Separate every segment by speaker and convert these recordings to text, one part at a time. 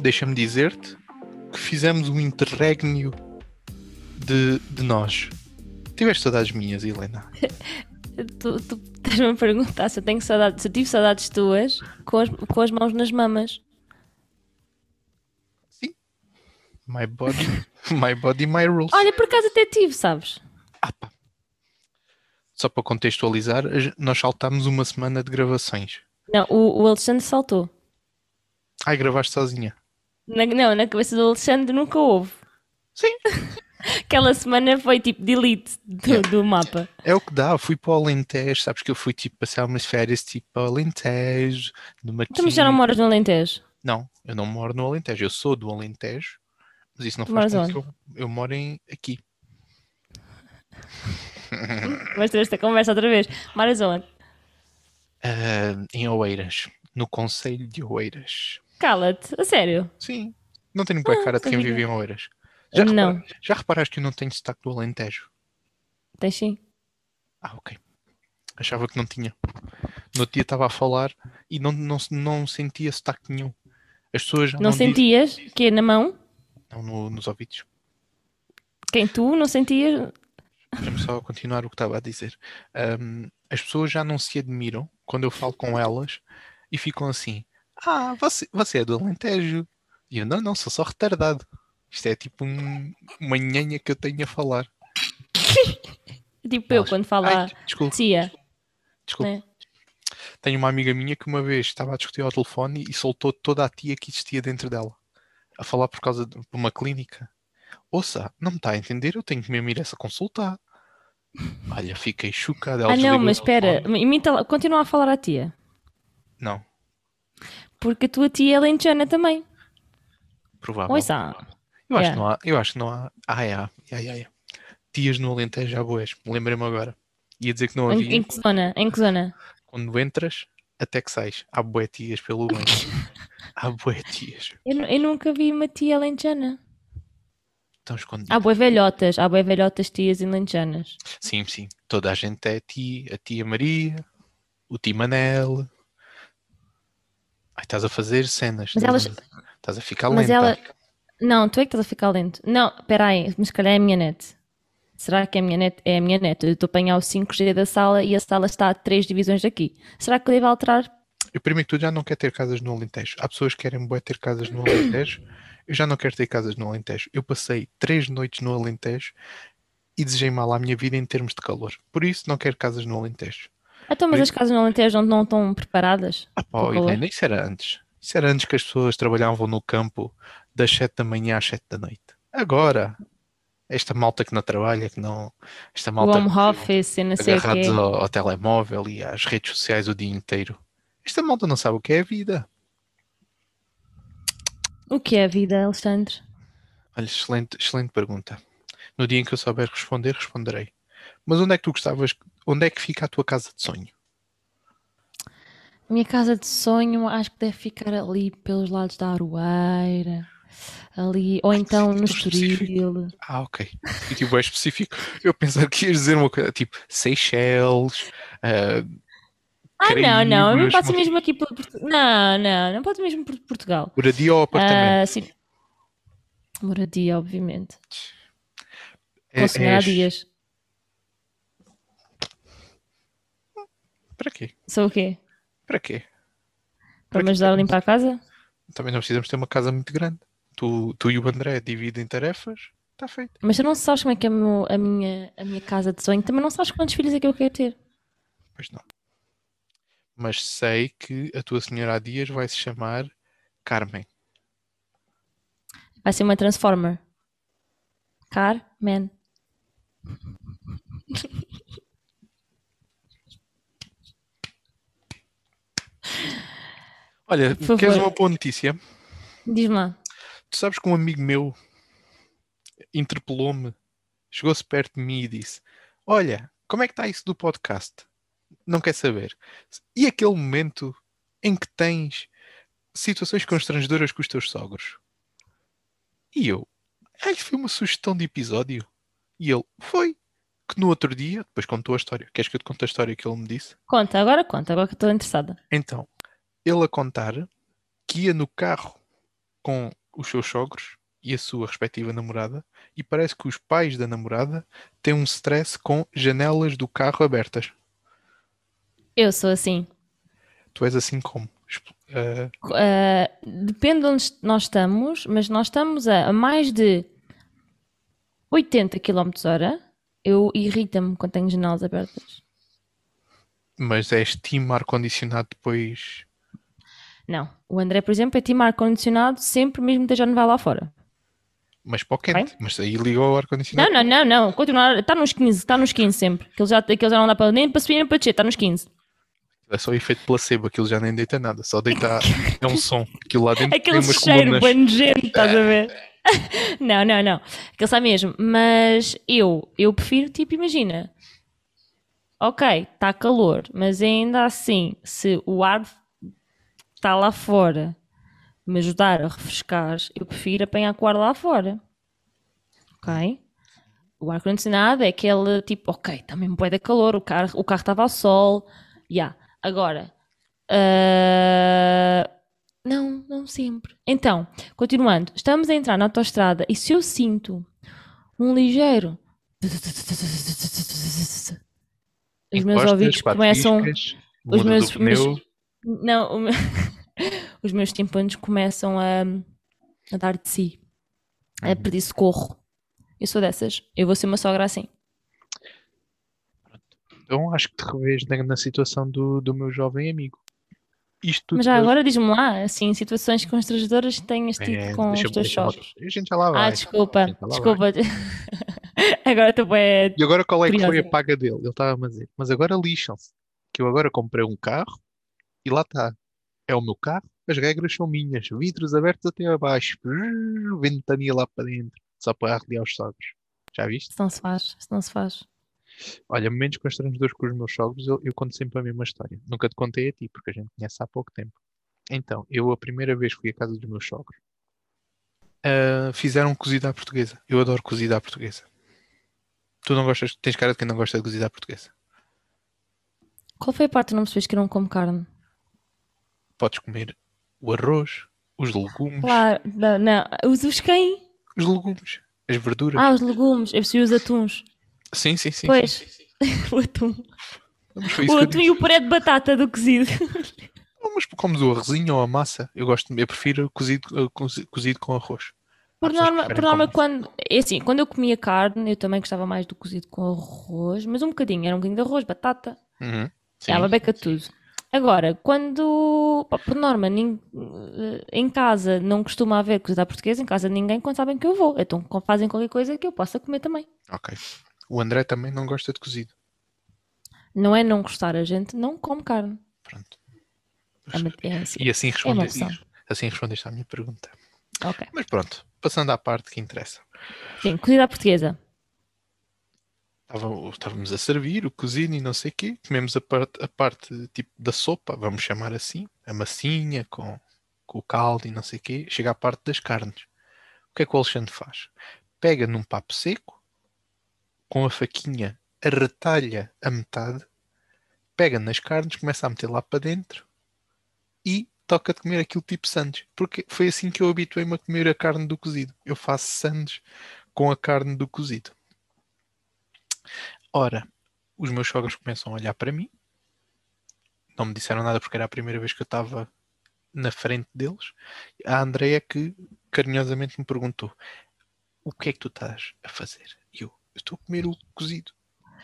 Speaker 1: deixa-me dizer-te que fizemos um interregno de, de nós. Tiveste saudades minhas, Helena.
Speaker 2: Tu, tu estás-me a perguntar se eu, tenho saudade, se eu tive saudades tuas com as, com as mãos nas mamas.
Speaker 1: Sim. My body, my body, my rules.
Speaker 2: Olha, por acaso até tive, sabes?
Speaker 1: Ah, pá. Só para contextualizar, a- nós saltámos uma semana de gravações.
Speaker 2: Não, o, o Alexandre saltou.
Speaker 1: Ai, gravaste sozinha.
Speaker 2: Na- não, na cabeça do Alexandre nunca houve.
Speaker 1: Sim.
Speaker 2: Aquela semana foi tipo delete do, do mapa.
Speaker 1: É o que dá, fui para o Alentejo, sabes que eu fui tipo passar umas férias tipo ao Alentejo, numa
Speaker 2: Tu Então, já não moras no Alentejo?
Speaker 1: Não, eu não moro no Alentejo, eu sou do Alentejo, mas isso não
Speaker 2: Tu
Speaker 1: faz
Speaker 2: moras
Speaker 1: com que eu, eu moro em, aqui.
Speaker 2: Mas ter esta conversa outra vez. Moras onde?
Speaker 1: Ah, em Oeiras, no Conselho de Oeiras.
Speaker 2: Cala-te, a sério.
Speaker 1: Sim, não tenho boa
Speaker 2: Ah,
Speaker 1: cara de quem
Speaker 2: sabia.
Speaker 1: vive em Oeiras. Já, repara-
Speaker 2: Não.
Speaker 1: já reparaste que eu não tenho sotaque do Alentejo?
Speaker 2: Tens sim.
Speaker 1: Ah, ok. Achava que não tinha. No outro dia estava a falar e não, não, não sentia sotaque nenhum. As pessoas já
Speaker 2: Não,
Speaker 1: dizem-
Speaker 2: sentias? Que é na mão?
Speaker 1: não, no- nos ouvidos.
Speaker 2: Quem tu não sentias?
Speaker 1: Deixa-me só continuar o que estava a dizer. Ahm, as pessoas já não se admiram quando eu falo com elas e ficam assim: Ah, você, você é do Alentejo. E eu: Não, não, sou só retardado. Isto é tipo um- uma nhanha que eu tenho a falar.
Speaker 2: Tipo eu
Speaker 1: Elas-
Speaker 2: quando falo à
Speaker 1: Ai, desculpe,
Speaker 2: tia.
Speaker 1: desculpe.
Speaker 2: né?
Speaker 1: Tenho uma amiga minha que uma vez estava a discutir ao telefone e soltou toda a tia que existia dentro dela. A falar por causa de por uma clínica. Ouça, não me está a entender, eu tenho que mesmo ir a essa consulta. Olha, fiquei chocada. Ela
Speaker 2: Ah não,
Speaker 1: desligou o
Speaker 2: mas espera.
Speaker 1: telefone.
Speaker 2: Imita, lá- continua a falar à tia.
Speaker 1: Não.
Speaker 2: Porque a tua tia é lentejana também.
Speaker 1: Provável.
Speaker 2: Ouça.
Speaker 1: Eu acho
Speaker 2: Yeah.
Speaker 1: que não há. Eu acho que não há. Ah, é. há. Yeah, yeah, yeah. Tias no Alentejo há boas. Lembrei-me agora. Ia dizer que não
Speaker 2: Em,
Speaker 1: havia.
Speaker 2: em que zona? Em que zona?
Speaker 1: Quando entras, até que sais. Há boé tias pelo bem. há boé tias.
Speaker 2: Eu, nu- eu nunca vi uma tia lentejana.
Speaker 1: Estão escondidas.
Speaker 2: Há boi velhotas. Há boi velhotas tias e lentejanas.
Speaker 1: Sim, sim. Toda a gente é tia. A tia Maria. O tio Manel. Ai, estás a fazer cenas.
Speaker 2: Mas
Speaker 1: estás a-
Speaker 2: elas-
Speaker 1: Estás a ficar
Speaker 2: Mas
Speaker 1: lenta.
Speaker 2: ela- Não, tu é que estás a ficar lento. Não, espera aí, mas se calhar é a minha net. Será que é a minha net? É a minha net. Eu estou a apanhar o 5G da sala e a sala está a 3 divisões daqui. Será que eu devo alterar?
Speaker 1: Eu, primeiro que tudo, já não quero ter casas no Alentejo. Há pessoas que querem bué ter casas no Alentejo. Eu já não quero ter casas no Alentejo. Eu passei três noites no Alentejo e desejei mal à minha vida em termos de calor. Por isso, não quero casas no Alentejo.
Speaker 2: Então, mas
Speaker 1: Oi.
Speaker 2: as casas no Alentejo não, não estão preparadas?
Speaker 1: Ah,
Speaker 2: Por é?
Speaker 1: pá,
Speaker 2: favor.
Speaker 1: Helena, isso era antes. Isso era antes que as pessoas trabalhavam no campo das sete da manhã às sete da noite. Agora, esta malta que não trabalha, que não. Esta
Speaker 2: O
Speaker 1: malta
Speaker 2: home office e não sei o quê.
Speaker 1: agarrados ao, ao telemóvel e às redes sociais o dia inteiro. Esta malta não sabe o que é a vida.
Speaker 2: O que é a vida, Alexandre?
Speaker 1: Olha, excelente, excelente pergunta. No dia em que eu souber responder, responderei. Mas onde é que tu gostavas? Onde é que fica a tua casa de sonho?
Speaker 2: Minha casa de sonho acho que deve ficar ali pelos lados da Aroeira. Ali, ou então no
Speaker 1: tão específico.
Speaker 2: Estoril.
Speaker 1: Ah, ok. E tipo, é específico. Eu pensava que ias dizer uma coisa tipo Seychelles. ah,
Speaker 2: Ah, não, não, eu não
Speaker 1: Caraíbas,
Speaker 2: posso
Speaker 1: Monte-
Speaker 2: mesmo aqui por Portu- Não, não, não posso mesmo por Portugal.
Speaker 1: moradia ou apartamento?
Speaker 2: Ah, sim. Moradia, obviamente.
Speaker 1: É-
Speaker 2: Com Senhora
Speaker 1: és-
Speaker 2: Dias.
Speaker 1: Para quê?
Speaker 2: Sou o quê?
Speaker 1: Para quê?
Speaker 2: Para
Speaker 1: Para
Speaker 2: me ajudar a limpar a casa?
Speaker 1: Também não precisamos ter uma casa muito grande. Tu, tu e o André dividem tarefas. Está feito.
Speaker 2: Mas tu não sabes como é que é o meu- a minha, a minha casa de sonho. Também não sabes quantos filhos é que eu quero ter.
Speaker 1: Pois não. Mas sei que a tua senhora há dias vai se chamar Carmen.
Speaker 2: Vai ser uma Transformer. Carmen.
Speaker 1: Olha,
Speaker 2: Por
Speaker 1: queres
Speaker 2: favor.
Speaker 1: uma boa notícia?
Speaker 2: Diz-me lá.
Speaker 1: Tu sabes que um amigo meu interpelou-me, chegou-se perto de mim e disse: Olha, como é que está isso do podcast? Não quer saber. E aquele momento em que tens situações constrangedoras com os teus sogros? E eu, ah, foi uma sugestão de episódio. E ele, foi. Que no outro dia, depois contou a história. Queres que eu te conte a história que ele me disse?
Speaker 2: Conta, agora conta, agora que eu estou interessada.
Speaker 1: Então, ele a contar que ia no carro com os seus sogros e a sua respectiva namorada, e parece que os pais da namorada têm um stress com janelas do carro abertas.
Speaker 2: Eu sou assim.
Speaker 1: Tu és assim como? Expl- ah,
Speaker 2: Uh, depende de onde nós estamos, mas nós estamos a, a mais de 80 km hora. Eu irrita-me quando tenho janelas abertas.
Speaker 1: mas és time ar-condicionado depois.
Speaker 2: Não. O André, por exemplo, é time ar-condicionado sempre, mesmo que esteja não vai lá fora.
Speaker 1: Mas para o quente. Mas aí liga o ar-condicionado.
Speaker 2: Não, não, não, não. Continuar. Está nos 15, está nos 15 sempre. Aquilo já, aquilo já não dá para nem para subir nem para descer, está nos 15.
Speaker 1: É só efeito placebo, aquilo já nem deita nada. Só deita. é um som. Aquilo lá dentro
Speaker 2: Aquele
Speaker 1: tem umas
Speaker 2: cheiro
Speaker 1: colunas. É,
Speaker 2: banjento, estás a ver? não, não, não. Aquele sabe mesmo. Mas eu, eu prefiro, tipo, imagina. Ok, está calor, mas ainda assim, se o ar está lá fora me ajudar a refrescar, eu prefiro apanhar com o ar lá fora. Ok? O ar-condicionado é aquele tipo, ok, está mesmo bué de calor, o carro o carro estava ao sol, já. Agora, ah, não, não sempre. Então, continuando, estamos a entrar na autoestrada e se eu sinto um ligeiro. Os meus
Speaker 1: Encostas,
Speaker 2: ouvidos
Speaker 1: quatriscas,
Speaker 2: começam.
Speaker 1: muda do
Speaker 2: meus-
Speaker 1: pneu.
Speaker 2: Não, o meu- os meus tímpanos começam a, a dar de si, a pedir socorro. Eu sou dessas. Eu vou ser uma sogra assim.
Speaker 1: Então acho que te revês na, na situação do, do meu jovem amigo. Isto tudo
Speaker 2: Mas já
Speaker 1: para-
Speaker 2: agora diz-me lá, assim, situações constrangedoras que tenhas tido
Speaker 1: É,
Speaker 2: com os
Speaker 1: deixa-me-
Speaker 2: teus
Speaker 1: deixa-me lá-
Speaker 2: sogros.
Speaker 1: A gente já lá vai.
Speaker 2: Ah, desculpa,
Speaker 1: Então lá
Speaker 2: desculpa. agora estou bem.
Speaker 1: E agora qual é que foi a
Speaker 2: Curiosa.
Speaker 1: paga dele? Ele estava a dizer, mas agora lixam-se, que eu agora comprei um carro e lá está. É o meu carro, as regras são minhas, vidros abertos até abaixo, brrr, ventania lá para dentro, só para arreliar os sogros. Já viste?
Speaker 2: Se não se faz, se não se faz.
Speaker 1: Olha, momentos constrangedores com os meus sogros, eu, eu conto sempre a mesma história. Nunca te contei a ti, porque a gente conhece há pouco tempo. Então, eu a primeira vez fui à casa dos meus sogros, ah, fizeram cozida à portuguesa. Eu adoro cozida à portuguesa. Tu não gostas, tens cara de quem não gosta de cozida à portuguesa.
Speaker 2: Qual foi a parte que não percebes que eu não como carne?
Speaker 1: podes comer o arroz, os legumes,
Speaker 2: Claro, não, não. Os, os quem?
Speaker 1: os legumes, as verduras.
Speaker 2: Ah, os legumes. Eu preciso os atuns.
Speaker 1: Sim, sim, sim.
Speaker 2: pois. o atum.
Speaker 1: sim. Mas foi isso
Speaker 2: O
Speaker 1: que eu
Speaker 2: atum
Speaker 1: disse.
Speaker 2: e o puré de batata do cozido.
Speaker 1: Não, mas comes o arrozinho ou a massa? Eu gosto, eu prefiro cozido, eh, cozi- cozido com arroz. Há
Speaker 2: Por
Speaker 1: pessoas que
Speaker 2: norma,
Speaker 1: preferem
Speaker 2: por norma
Speaker 1: com-
Speaker 2: quando, é assim, quando eu comia carne, eu também gostava mais do cozido com arroz, mas um bocadinho, era um bocadinho de arroz, batata,
Speaker 1: Uhum, sim.
Speaker 2: é uma beca de tudo. Agora, quando, pá, por norma, nin- em casa não costuma haver cozida à portuguesa, em casa de ninguém, quando sabem que eu vou, então co- fazem qualquer coisa que eu possa comer também.
Speaker 1: Ok. O André também não gosta de cozido.
Speaker 2: Não é não gostar, a gente não come carne.
Speaker 1: Pronto.
Speaker 2: É uma- É, assim,
Speaker 1: E assim
Speaker 2: uma
Speaker 1: respondes,
Speaker 2: opção.
Speaker 1: assim respondeste à minha pergunta.
Speaker 2: ok.
Speaker 1: Mas pronto, passando à parte que interessa.
Speaker 2: Sim, cozida à portuguesa.
Speaker 1: Estava- Estávamos a servir o cozido e não sei o quê. Comemos a parte, a parte tipo da sopa, vamos chamar assim, a massinha com, com o caldo e não sei o quê. Chega à parte das carnes. O que é que o Alexandre faz? Pega num papo seco, com a faquinha arretalha a metade, pega nas carnes, começa a meter lá para dentro e toca de comer aquilo tipo sandes. Porque foi assim que eu habituei-me a comer a carne do cozido. Eu faço sandes com a carne do cozido. Ora, os meus sogros começam a olhar para mim. Não me disseram nada porque era a primeira vez que eu estava na frente deles. A Andreia que carinhosamente me perguntou: O que é que tu estás a fazer? E eu: "Eu Estou a comer o cozido.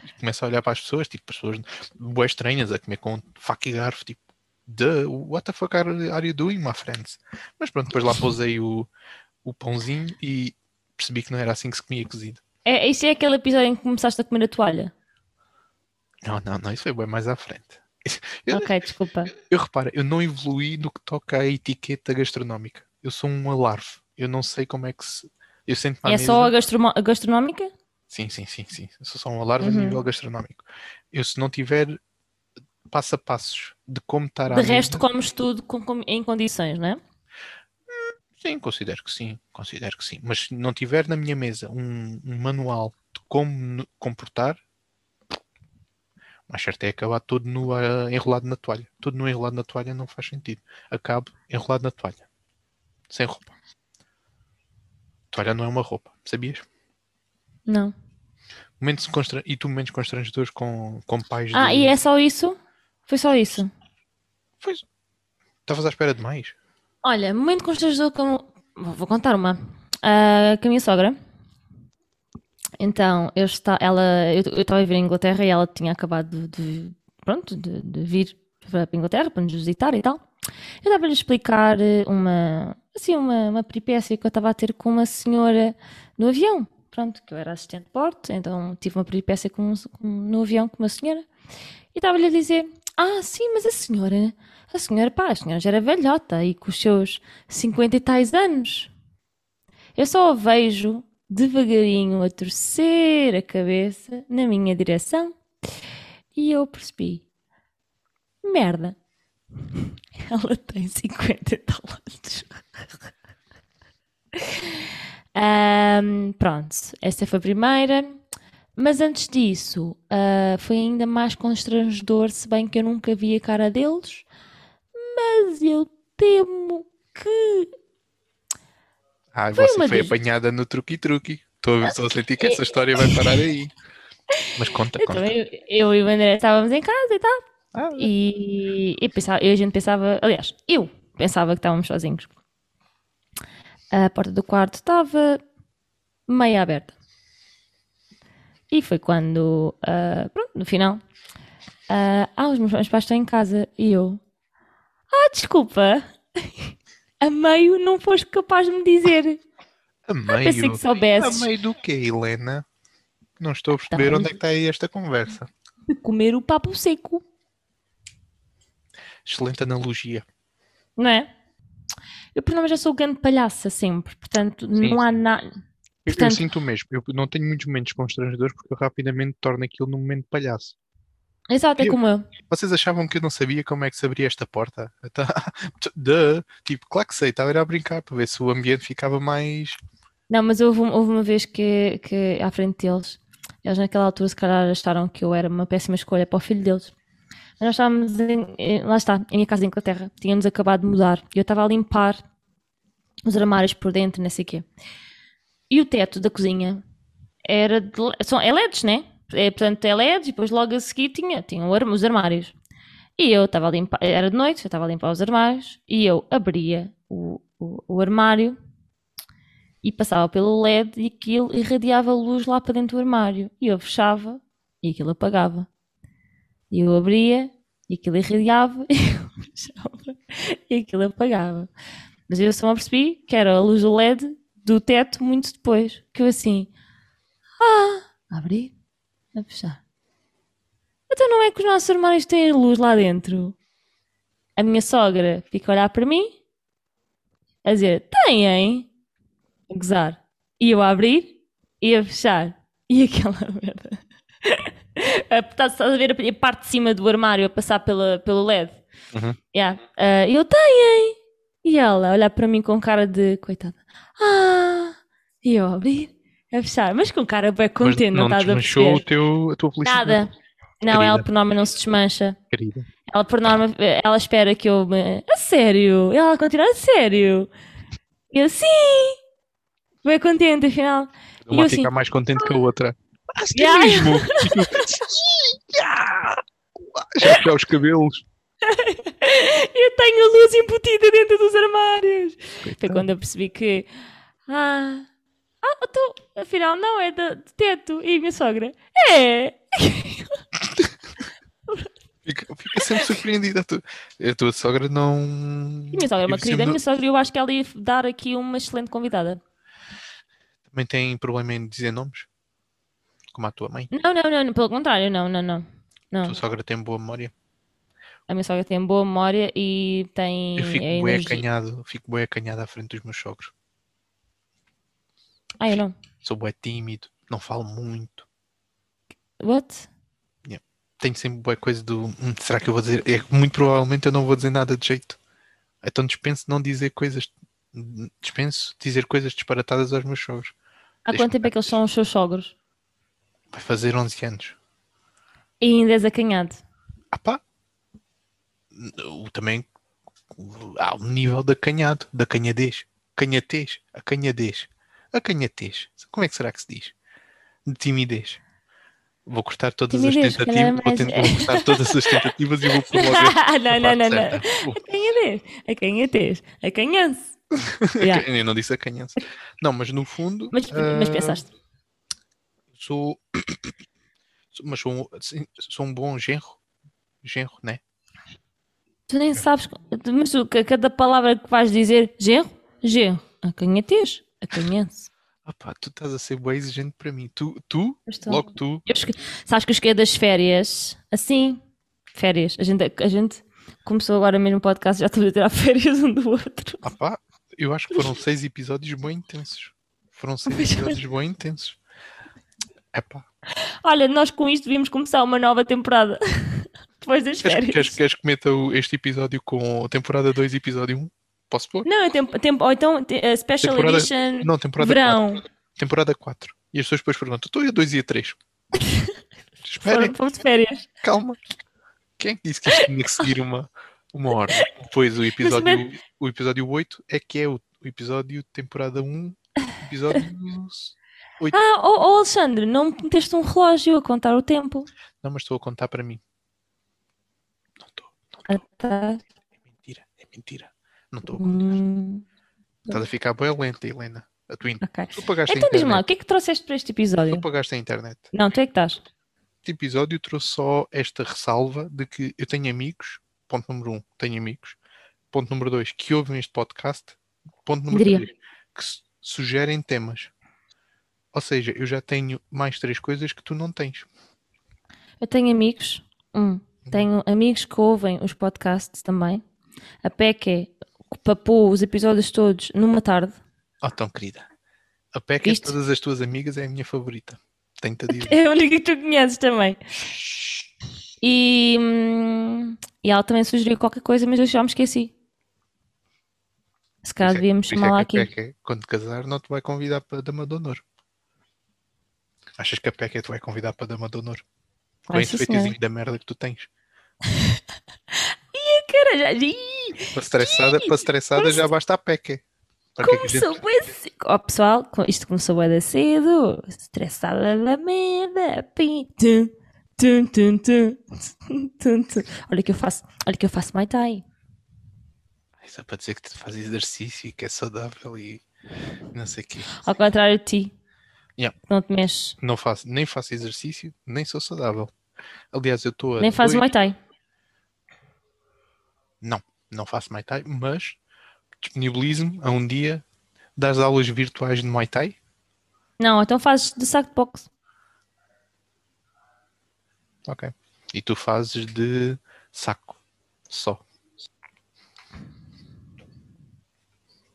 Speaker 1: E começo a olhar para as pessoas, tipo, pessoas bué estranhas a comer com faca e garfo, tipo, "Duh, what the fuck are, are you doing, my friends? Mas pronto, depois lá pousei o, o pãozinho e percebi que não era assim que se comia cozido.
Speaker 2: É, isso é aquele episódio em que começaste a comer a toalha.
Speaker 1: Não, não, não, isso foi bem mais à frente. Eu-
Speaker 2: Ok, desculpa.
Speaker 1: Eu reparo, eu não evoluí no que toca à etiqueta gastronómica. Eu sou um alarve. Eu não sei como é que se. Eu sento me à
Speaker 2: É só a
Speaker 1: mesa.
Speaker 2: gastromo- a gastronómica?
Speaker 1: Sim, sim, sim, sim. Eu sou só um alarve
Speaker 2: Uhum.
Speaker 1: a nível gastronómico. Eu, se não tiver passo a passos de como estar à
Speaker 2: De
Speaker 1: mesa-
Speaker 2: resto, comes tudo com- com- em condições, não é?
Speaker 1: Sim, considero que sim, considero que sim. Mas se não tiver na minha mesa um, um manual de como me comportar, mais certo é acabar todo no, ah, enrolado na toalha. Todo no enrolado na toalha não faz sentido. Acabo enrolado na toalha. Sem roupa. Olha, não é uma roupa, sabias?
Speaker 2: Não.
Speaker 1: Momentos constra- E tu momentos constrangedores com, com pais
Speaker 2: Ah,
Speaker 1: de-
Speaker 2: e é só isso? Foi só isso?
Speaker 1: Pois, estavas à espera de mais?
Speaker 2: Olha, momento constrangedor com. Vou vou contar uma. Ah, com a minha sogra. Então, eu está, ela, eu eu estava a viver em Inglaterra e ela tinha acabado de, de- pronto, de, de vir para a Inglaterra para nos visitar e tal. Eu estava a lhe explicar eh, uma, assim, uma, uma peripécia que eu estava a ter com uma senhora no avião. Pronto, que eu era assistente de bordo, então tive uma peripécia com, com- no avião com uma senhora. E estava-lhe a dizer: Ah, sim, mas a senhora, a senhora, pá, a senhora já era velhota e com os seus 50 e tais anos. Eu só a vejo devagarinho a torcer a cabeça na minha direção e eu percebi: Merda, ela tem 50 e tal anos. Ahm, pronto, essa foi a primeira. Mas antes disso, ah, foi ainda mais constrangedor, se bem que eu nunca vi a cara deles. Mas eu temo que.
Speaker 1: Ah, você
Speaker 2: uma
Speaker 1: foi
Speaker 2: das-
Speaker 1: apanhada no truque-truque. Estou a- só a sentir que essa história vai parar aí. é. Mas conta,
Speaker 2: Então,
Speaker 1: conta.
Speaker 2: eu, eu e o André estávamos em casa e tal.
Speaker 1: Ah,
Speaker 2: E, e pensava- e a gente pensava. Aliás, eu pensava que estávamos sozinhos. A porta do quarto estava meia aberta. E foi quando. ah, pronto, no final. ah, ah, os meus meus pais estão em casa. E eu. Ah, desculpa. A meio não foste capaz de me dizer.
Speaker 1: a
Speaker 2: Pensei
Speaker 1: meio.
Speaker 2: que
Speaker 1: A
Speaker 2: soubesses
Speaker 1: meio do quê, Helena? Não estou a perceber
Speaker 2: Então,
Speaker 1: onde é que está aí esta conversa.
Speaker 2: de comer o papo seco,
Speaker 1: Excelente analogia.
Speaker 2: não é? Eu, por nome, já sou grande palhaça sempre. Portanto,
Speaker 1: Sim,
Speaker 2: não há
Speaker 1: sim.
Speaker 2: nada.
Speaker 1: Eu, eu
Speaker 2: Portanto-
Speaker 1: sinto o mesmo. Eu não tenho muitos momentos constrangedores porque eu rapidamente torno aquilo num momento palhaço.
Speaker 2: Exato, é
Speaker 1: Eu-
Speaker 2: como eu.
Speaker 1: Vocês achavam que eu não sabia como é que se abria esta porta? Então, duh. Tipo, claro que sei, estava a ir a brincar para ver se o ambiente ficava mais.
Speaker 2: Não, mas houve, um- houve uma vez que, que à frente deles, eles naquela altura se calhar acharam que eu era uma péssima escolha para o filho deles. Mas nós estávamos em, em- lá está, em minha casa em Inglaterra, tínhamos acabado de mudar e eu estava a limpar os armários por dentro, não sei o quê. E o teto da cozinha era de, le- são é LEDs, né? É, portanto, é LEDs e depois logo a seguir tinha, tinha o ar- os armários. E eu estava a limpar, era de noite, eu estava a limpar os armários e eu abria o- o, o armário e passava pelo LED e aquilo irradiava luz lá para dentro do armário. E eu fechava e aquilo apagava. E eu abria e aquilo irradiava e eu fechava e aquilo apagava. Mas eu só me percebi que era a luz do LED do teto muito depois. Que eu assim, ah, a abrir, a fechar. Então não é que os nossos armários têm luz lá dentro? A minha sogra fica a olhar para mim a dizer, têm, hein? a gozar. E eu a abrir e a fechar. E aquela merda. A- Estás estás a ver a parte de cima do armário a passar pela, pelo LED?
Speaker 1: Uhum.
Speaker 2: Yeah. Ah, eu tenho! E ela a olhar para mim com cara de coitada. Ah! E eu a abrir, a fechar. Mas com cara bem contente, não
Speaker 1: Mas não
Speaker 2: estás a
Speaker 1: desmanchou o
Speaker 2: perceber?
Speaker 1: teu, a tua publicidade.
Speaker 2: Nada. Não,
Speaker 1: Querida.
Speaker 2: ela por norma não se desmancha.
Speaker 1: Querida.
Speaker 2: Ela por norma, ela espera que eu me... A sério? Ela continua a sério? E eu, sim! Bem contente, afinal. E
Speaker 1: Uma
Speaker 2: eu
Speaker 1: fica
Speaker 2: assim-
Speaker 1: mais contente que a outra. Ah, sim
Speaker 2: Yeah.
Speaker 1: mesmo! Tipo, yeah. Já puxar os cabelos.
Speaker 2: Eu tenho luz embutida dentro dos armários. Foi
Speaker 1: Coitada.
Speaker 2: quando eu percebi que. Ah, ah então, afinal não é de, de teto. E a minha sogra? É!
Speaker 1: Fica, fica sempre surpreendida. Tu- A tua sogra não.
Speaker 2: E a minha sogra é
Speaker 1: Fica
Speaker 2: uma querida. A
Speaker 1: sempre-
Speaker 2: minha sogra, eu acho que ela ia dar aqui uma excelente convidada.
Speaker 1: Também tem problema em dizer nomes? Como a tua mãe.
Speaker 2: Não, não, não, pelo contrário, não, não, não.
Speaker 1: A
Speaker 2: Não,
Speaker 1: tua sogra tem boa memória.
Speaker 2: a minha sogra tem boa memória e tem
Speaker 1: Eu fico
Speaker 2: é
Speaker 1: bué
Speaker 2: energia.
Speaker 1: acanhado. Fico bué acanhado à frente dos meus sogros.
Speaker 2: Ah, eu não.
Speaker 1: Sou bué tímido. Não falo muito.
Speaker 2: What?
Speaker 1: Tenho sempre boa coisa do "Hum, será que eu vou dizer? É que muito provavelmente eu não vou dizer nada de jeito. Então dispenso não dizer coisas. Dispenso dizer coisas disparatadas aos meus sogros.
Speaker 2: Há
Speaker 1: Deixa-me
Speaker 2: quanto tempo é que eles são os seus sogros?
Speaker 1: Vai fazer 11 anos.
Speaker 2: E ainda és acanhado.
Speaker 1: Ah pá! Eu também há um nível de acanhado, da canhadez. Canhatez, acanhadez. acanhatez. Como é que será que se diz? De timidez. Vou cortar todas
Speaker 2: Timidez,
Speaker 1: as
Speaker 2: se calhar é
Speaker 1: tentativas. Vou,
Speaker 2: mais-
Speaker 1: tentar, vou cortar todas as tentativas e vou pôr logo a-
Speaker 2: não,
Speaker 1: a parte
Speaker 2: não, não, não.
Speaker 1: certa. Vou-
Speaker 2: Acanhadez. Acanhatez. Acanhanço. Yeah.
Speaker 1: Eu não disse acanhanço. Não, mas no fundo.
Speaker 2: Mas, mas
Speaker 1: ah,
Speaker 2: pensaste.
Speaker 1: sou. Mas sou, um- sim, sou um bom genro. Genro, né?
Speaker 2: Tu nem sabes, mas o que- cada palavra que vais dizer, genro, genro, acanhatez, acanhanço.
Speaker 1: Ah pá, tu estás a ser bem exigente para mim. Tu, tu
Speaker 2: Eu estou-
Speaker 1: logo tu.
Speaker 2: Eu cheguei- sabes que eu cheguei das férias, assim, férias. A gente, a gente começou agora mesmo o podcast, já estamos a tirar férias um do outro.
Speaker 1: Ah pá, eu acho que foram seis episódios bem intensos. Foram seis
Speaker 2: Pois é.
Speaker 1: episódios bem intensos. É pá.
Speaker 2: Olha, nós com isto devíamos começar uma nova temporada. Depois das
Speaker 1: Queres,
Speaker 2: férias.
Speaker 1: queres, queres que meta o- este episódio com a temporada 2, episódio 1? Posso pôr?
Speaker 2: Não, é tempo, tempo, ou então te- eh, Special
Speaker 1: Temporada-
Speaker 2: Edition
Speaker 1: Não, temporada 4.
Speaker 2: Verão.
Speaker 1: Temporada 4. E as pessoas depois perguntam: estou a 2 e a 3. Esperem,
Speaker 2: Foram- Fomos de férias.
Speaker 1: calma. Quem é que disse que isto tinha que seguir uma, uma ordem? Depois o episódio, o episódio 8 é que é o, o episódio temporada 1, episódio.
Speaker 2: Ah, oh, oh, Alexandre, não me meteste um relógio a contar o tempo.
Speaker 1: Não, mas estou a contar para mim. Não estou,
Speaker 2: Ah, tá.
Speaker 1: é mentira, é mentira. Não estou.
Speaker 2: Hum,
Speaker 1: Estás a ficar bem lenta, Helena. A tua in-
Speaker 2: ok.
Speaker 1: Tu pagaste a
Speaker 2: Então diz-me lá, o
Speaker 1: internet.
Speaker 2: que é que trouxeste para este episódio?
Speaker 1: Tu pagaste a internet.
Speaker 2: Não, tu é que estás.
Speaker 1: este episódio trouxe só esta ressalva de que eu tenho amigos, ponto número um, tenho amigos, ponto número dois, que ouvem este podcast, ponto número
Speaker 2: Diria.
Speaker 1: três, que su- sugerem temas. Ou seja, eu já tenho mais três coisas que tu não tens.
Speaker 2: Eu tenho amigos. Um, tenho amigos que ouvem os podcasts também. A PEC papou é, os episódios todos numa tarde.
Speaker 1: Oh, tão querida. A Peca de
Speaker 2: Isto-
Speaker 1: todas as tuas amigas é a minha favorita. Tenho-te a dizer.
Speaker 2: É a única que tu conheces também. E, hum, e ela também sugeriu qualquer coisa, mas eu já me esqueci. Se calhar
Speaker 1: Por isso é-
Speaker 2: devíamos
Speaker 1: por isso é
Speaker 2: chamá-la
Speaker 1: que a
Speaker 2: aqui.
Speaker 1: Peca, quando casar, não te vai convidar para a Dama de Honor. Achas que a Peca te vai convidar para a Dama de Honor?
Speaker 2: Ah,
Speaker 1: Bem
Speaker 2: sim,
Speaker 1: feitizinho da merda que tu tens.
Speaker 2: Cara, já... Ih,
Speaker 1: Para estressada, para estressada já basta a peca. Para que é que a gente-
Speaker 2: começou bem cedo. Oh, pessoal, co- isto começou bem da cedo. Estressada da merda. Pim, tum, tum, tum, tum, tum, tum. Olha que eu faço, olha que eu faço Mai Tai.
Speaker 1: Isso é para dizer que tu faz exercício e que é saudável e não sei o quê.
Speaker 2: Ao contrário de ti.
Speaker 1: Yeah.
Speaker 2: Não te mexes.
Speaker 1: Não faço, nem faço exercício, nem sou saudável. Aliás, eu estou a.
Speaker 2: Nem fazes
Speaker 1: dois-
Speaker 2: Mai Tai.
Speaker 1: Não, não faço Muay Thai, mas disponibilizo-me a um dia das aulas virtuais de Muay Thai.
Speaker 2: Não, então fazes de saco de boxe.
Speaker 1: Ok. E tu fazes de saco. Só.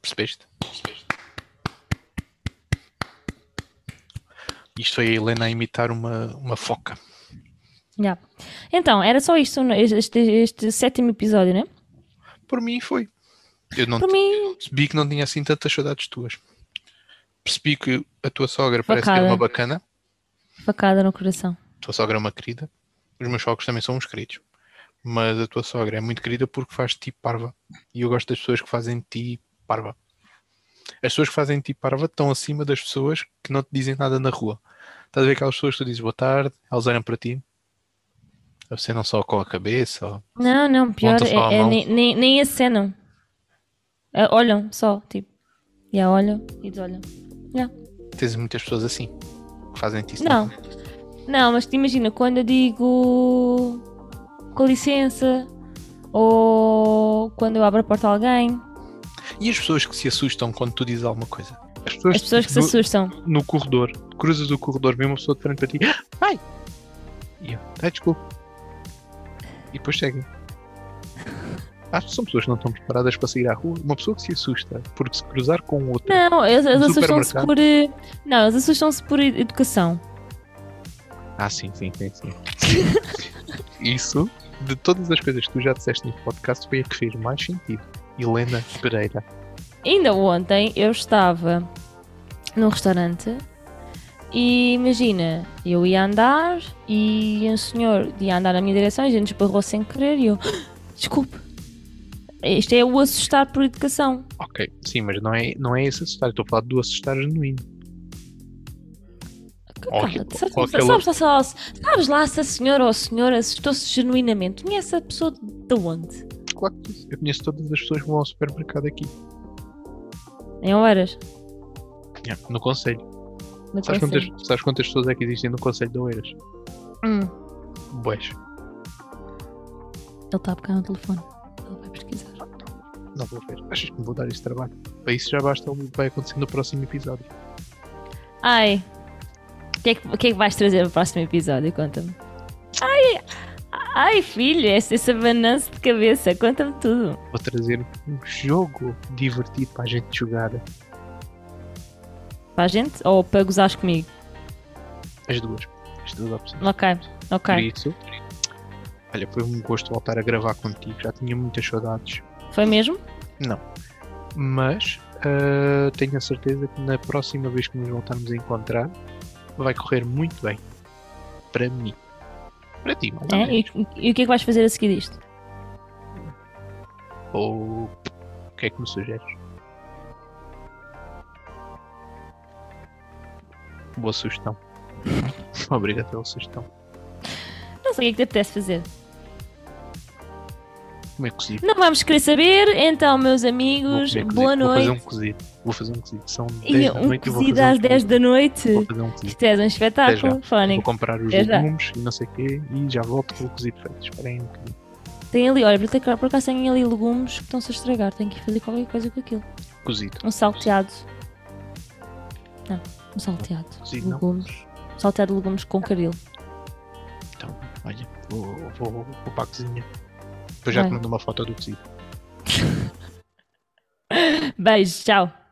Speaker 1: Percebeste? Isto foi a Helena a imitar uma, uma foca.
Speaker 2: Yeah. Então, era só isto, no- este, este sétimo episódio, né?
Speaker 1: Por mim foi. Eu não
Speaker 2: Para
Speaker 1: ti-
Speaker 2: mim,
Speaker 1: percebi que não tinha assim tantas saudades tuas. Percebi que a tua sogra parece
Speaker 2: Facada.
Speaker 1: ser uma bacana.
Speaker 2: facada no coração.
Speaker 1: A tua sogra é uma querida. Os meus sogros também são uns queridos. Mas a tua sogra é muito querida porque faz de ti parva. E eu gosto das pessoas que fazem de ti parva. As pessoas que fazem de ti parva estão acima das pessoas que não te dizem nada na rua. Estás a ver aquelas pessoas que tu dizes boa tarde, elas olham para ti. Você não só com a cabeça. Ou...
Speaker 2: Não, não, pior
Speaker 1: Monta
Speaker 2: é,
Speaker 1: só a
Speaker 2: é
Speaker 1: mão.
Speaker 2: nem, nem, nem acenam. É, olham só, tipo. E yeah, olham e desolham. Yeah.
Speaker 1: Tens muitas pessoas assim que fazem de ti isso.
Speaker 2: Não. Não, mas te imagina, quando eu digo com licença, ou quando eu abro a porta a alguém,
Speaker 1: E as pessoas que se assustam quando tu dizes alguma coisa? As pessoas,
Speaker 2: as pessoas que se
Speaker 1: no-
Speaker 2: assustam.
Speaker 1: no corredor, cruzas o corredor, vê uma pessoa de frente para ti, vai! E eu, "Ah, desculpa. E depois seguem. Acho que são pessoas que não estão preparadas para sair à rua. Uma pessoa que se assusta porque se cruzar com outra.
Speaker 2: Não, eles, eles
Speaker 1: No
Speaker 2: assustam-se
Speaker 1: supermercado.
Speaker 2: por. eh, Não, eles assustam-se por ed- educação.
Speaker 1: Ah, sim, sim, sim, sim. Isso, de todas as coisas que tu já disseste no podcast, foi a que fez mais sentido. Helena Pereira.
Speaker 2: Ainda ontem eu estava num restaurante e imagina, eu ia andar e um senhor ia andar na minha direção e a gente esbarrou sem querer e eu, desculpe. "Ah, Isto é o assustar por educação.
Speaker 1: Ok, sim, mas não é, não é esse assustar. Estou a falar do assustar genuíno. Ou
Speaker 2: Cara,
Speaker 1: aquilo-
Speaker 2: sabes,
Speaker 1: ou aquele-
Speaker 2: sabes lá, se ela- sabes lá se a senhora ou o senhor assustou-se genuinamente. Conhece a pessoa de onde?
Speaker 1: Claro que sim. eu conheço todas as pessoas que vão ao supermercado aqui.
Speaker 2: Em horas?
Speaker 1: Yeah, No Conselho.
Speaker 2: No
Speaker 1: Sabes
Speaker 2: conselho?
Speaker 1: quantas, sabes quantas pessoas é que existem no Conselho de Oeiras?
Speaker 2: Hum.
Speaker 1: Boas.
Speaker 2: Ele está a pegar no telefone. Ele vai pesquisar.
Speaker 1: Não vou ver. Achas que me vou dar esse trabalho? Para isso já basta o que vai acontecer no próximo episódio.
Speaker 2: Ai. O que, é que, o que é que vais trazer no próximo episódio? Conta-me. Ai. Ai, filho, essa, essa banança de cabeça. Conta-me tudo.
Speaker 1: Vou trazer um jogo divertido para a gente jogar.
Speaker 2: Para a gente ou para gozares comigo?
Speaker 1: As duas. As duas opções.
Speaker 2: Ok,
Speaker 1: Por
Speaker 2: ok.
Speaker 1: isso. Olha, foi um gosto voltar a gravar contigo. Já tinha muitas saudades.
Speaker 2: Foi mesmo?
Speaker 1: Mas ah, tenho a certeza que na próxima vez que nos voltarmos a encontrar vai correr muito bem. Para mim. Para ti, mais ou
Speaker 2: É?
Speaker 1: menos.
Speaker 2: E, e o que é que vais fazer a seguir disto?
Speaker 1: Ou o que é que me sugeres? Boa sugestão. Obrigado pela sugestão.
Speaker 2: Não sei o que é que te apetece fazer.
Speaker 1: Como é cozido?
Speaker 2: Não vamos querer saber, então, meus amigos,
Speaker 1: comer cozido.
Speaker 2: boa
Speaker 1: Vou fazer
Speaker 2: noite.
Speaker 1: um cozido. Vou fazer um cozido. São 10
Speaker 2: E
Speaker 1: da
Speaker 2: um
Speaker 1: noite e vou fazer
Speaker 2: cozido
Speaker 1: um
Speaker 2: às 10 da noite.
Speaker 1: Vou fazer um cozido.
Speaker 2: Isto é um espetáculo
Speaker 1: Vou
Speaker 2: fónico.
Speaker 1: comprar os
Speaker 2: Até já.
Speaker 1: legumes e não sei o quê e já volto com o cozido feito. Esperem um bocadinho.
Speaker 2: Tem ali, olha, por acaso- por acaso tem ali legumes que estão-se a estragar. Tenho que ir fazer qualquer coisa com aquilo.
Speaker 1: Cozido.
Speaker 2: Um salteado. Não, um salteado.
Speaker 1: Cozido não.
Speaker 2: Legumes. Salteado de legumes com caril.
Speaker 1: Então, olha, vou, vou, vou para a cozinha. Depois já
Speaker 2: Vai.
Speaker 1: te mando uma foto do cozido.
Speaker 2: Beijo, tchau.